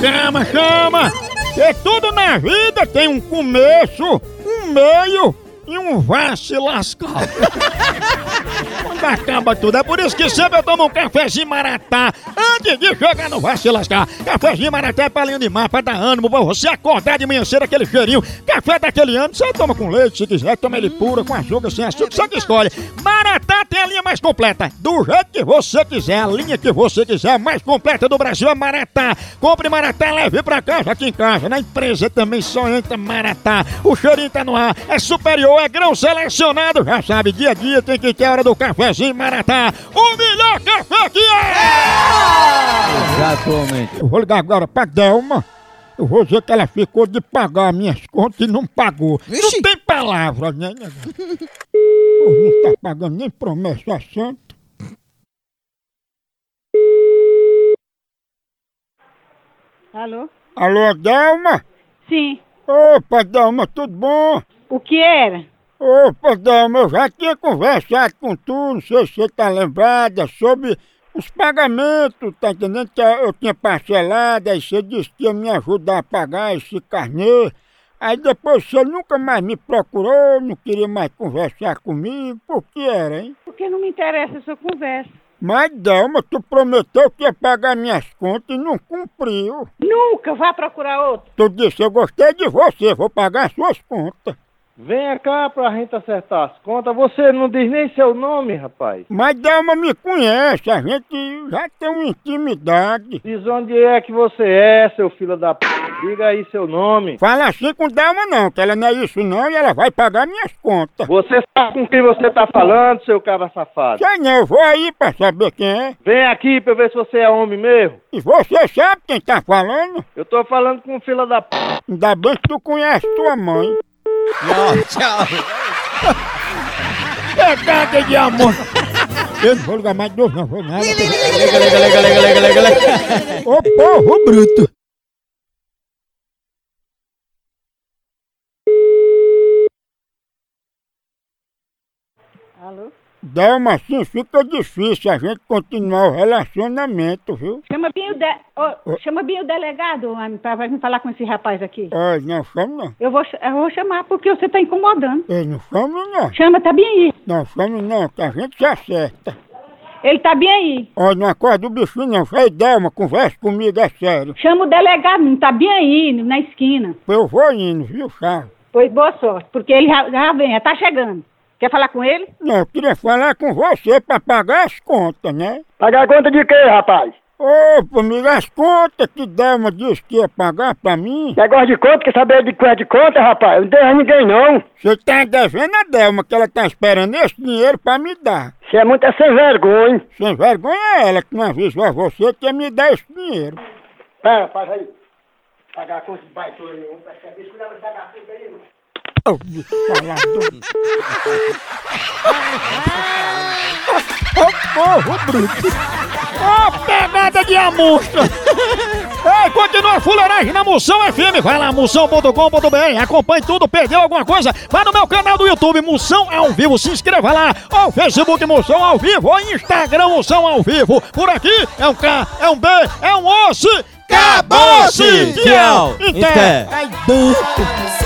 Chama, chama! Que tudo na vida tem um começo, um meio e um vá se lascar. Quando acaba tudo, é por isso que sempre eu tomo um cafezinho maratá antes de chegar no vá se lascar. Cafezinho maratá é palinho de mar pra dar ânimo, pra você acordar de manhã cedo aquele cheirinho. Café daquele ano, você toma com leite, se quiser, toma ele puro, com açúcar, sem açúcar, você que escolhe. Maratá tem a linha mais completa, do jeito que você quiser, a linha que você quiser, a mais completa do Brasil é Maratá. Compre Maratá, leve pra casa, aqui em casa, na empresa também só entra Maratá. O cheirinho tá no ar, é superior, é grão selecionado, já sabe, dia a dia tem que ter a hora do cafezinho Maratá. O melhor café que é! Exatamente. Eu vou ligar agora pra Delma. Eu vou dizer que ela ficou de pagar minhas contas e não pagou. Não Vixe! tem palavra, né? negão? Pô, não tá pagando nem promessa é santa. Alô? Alô, Delma? Sim. Opa, Delma, tudo bom? O que era? Opa, Delma, eu já tinha conversado com tu, não sei se você tá lembrada, sobre os pagamentos, tá entendendo? Que eu tinha parcelado, aí você disse que ia me ajudar a pagar esse carnê. Aí depois você nunca mais me procurou, não queria mais conversar comigo, por que era, hein? Porque não me interessa a sua conversa. Mas, Delma, tu prometeu que ia pagar minhas contas e não cumpriu. Nunca vá procurar outro. Tu disse, eu gostei de você, vou pagar suas contas. Venha cá pra gente acertar as contas. Você não diz nem seu nome, rapaz. Mas Delma me conhece, a gente já tem uma intimidade. Diz onde é que você é, seu filho da p. Diga aí seu nome. Fala assim com Delma não, que ela não é isso não e ela vai pagar minhas contas. Você sabe com quem você tá falando, seu cabra safado. Sei não, eu vou aí pra saber quem é. Vem aqui pra eu ver se você é homem mesmo. E você sabe quem tá falando? Eu tô falando com o filho da p. Ainda bem que tu conhece tua mãe. Tchau, tchau. Pegada de amor. Eu não vou ligar mais de novo, não vou nada. Lega, lega, lega, lega, lega, lega, lega. Ô povo bruto. Alô? Delma, assim fica difícil a gente continuar o relacionamento, viu? Chama bem o, de- ô, chama bem o delegado homem, pra vai me falar com esse rapaz aqui. Olha, não chama não. Eu vou, ch- eu vou chamar porque você tá incomodando. Ei, não chama não. Chama, tá bem aí. Não chama não, que a gente se acerta. Ele tá bem aí. Olha, não acorda o bichinho não. Vai, Delma, conversa comigo, é sério. Chama o delegado, menino, tá bem aí, na esquina. Eu vou indo, viu, Charles? Pois boa sorte, porque ele já, já vem, já tá chegando. Quer falar com ele? Não, eu queria falar com você pra pagar as contas, né? Pagar conta de quê, rapaz? Ô, amigo, as contas que Delma disse que ia pagar pra mim, Negócio de conta, quer saber de coisa de conta, rapaz? Não tem ninguém não. você tá devendo a Delma, que ela tá esperando esse dinheiro pra me dar. Você é muito sem vergonha. Sem vergonha é ela que não avisou a você que ia me dar esse dinheiro. Pera, É, faz aí. Pagar conta de baitola nenhum, percebe? Isso não pagar conta aí, não. Ô, bicho falador. Ô, porra, bruto. Ô, pegada de amostra. Ei, continua a fuleiragem na Moção FM. Vai lá, moção.com.br. Acompanhe tudo. Perdeu alguma coisa? Vai no meu canal do YouTube, Moção ao vivo. Se inscreva lá. Ou Facebook Moção ao vivo. Ou Instagram Moção ao vivo. Por aqui é um K, é um B, é um osso. Acabou-se! Tchau. Tchau. Em pé. Ai, bom. Moção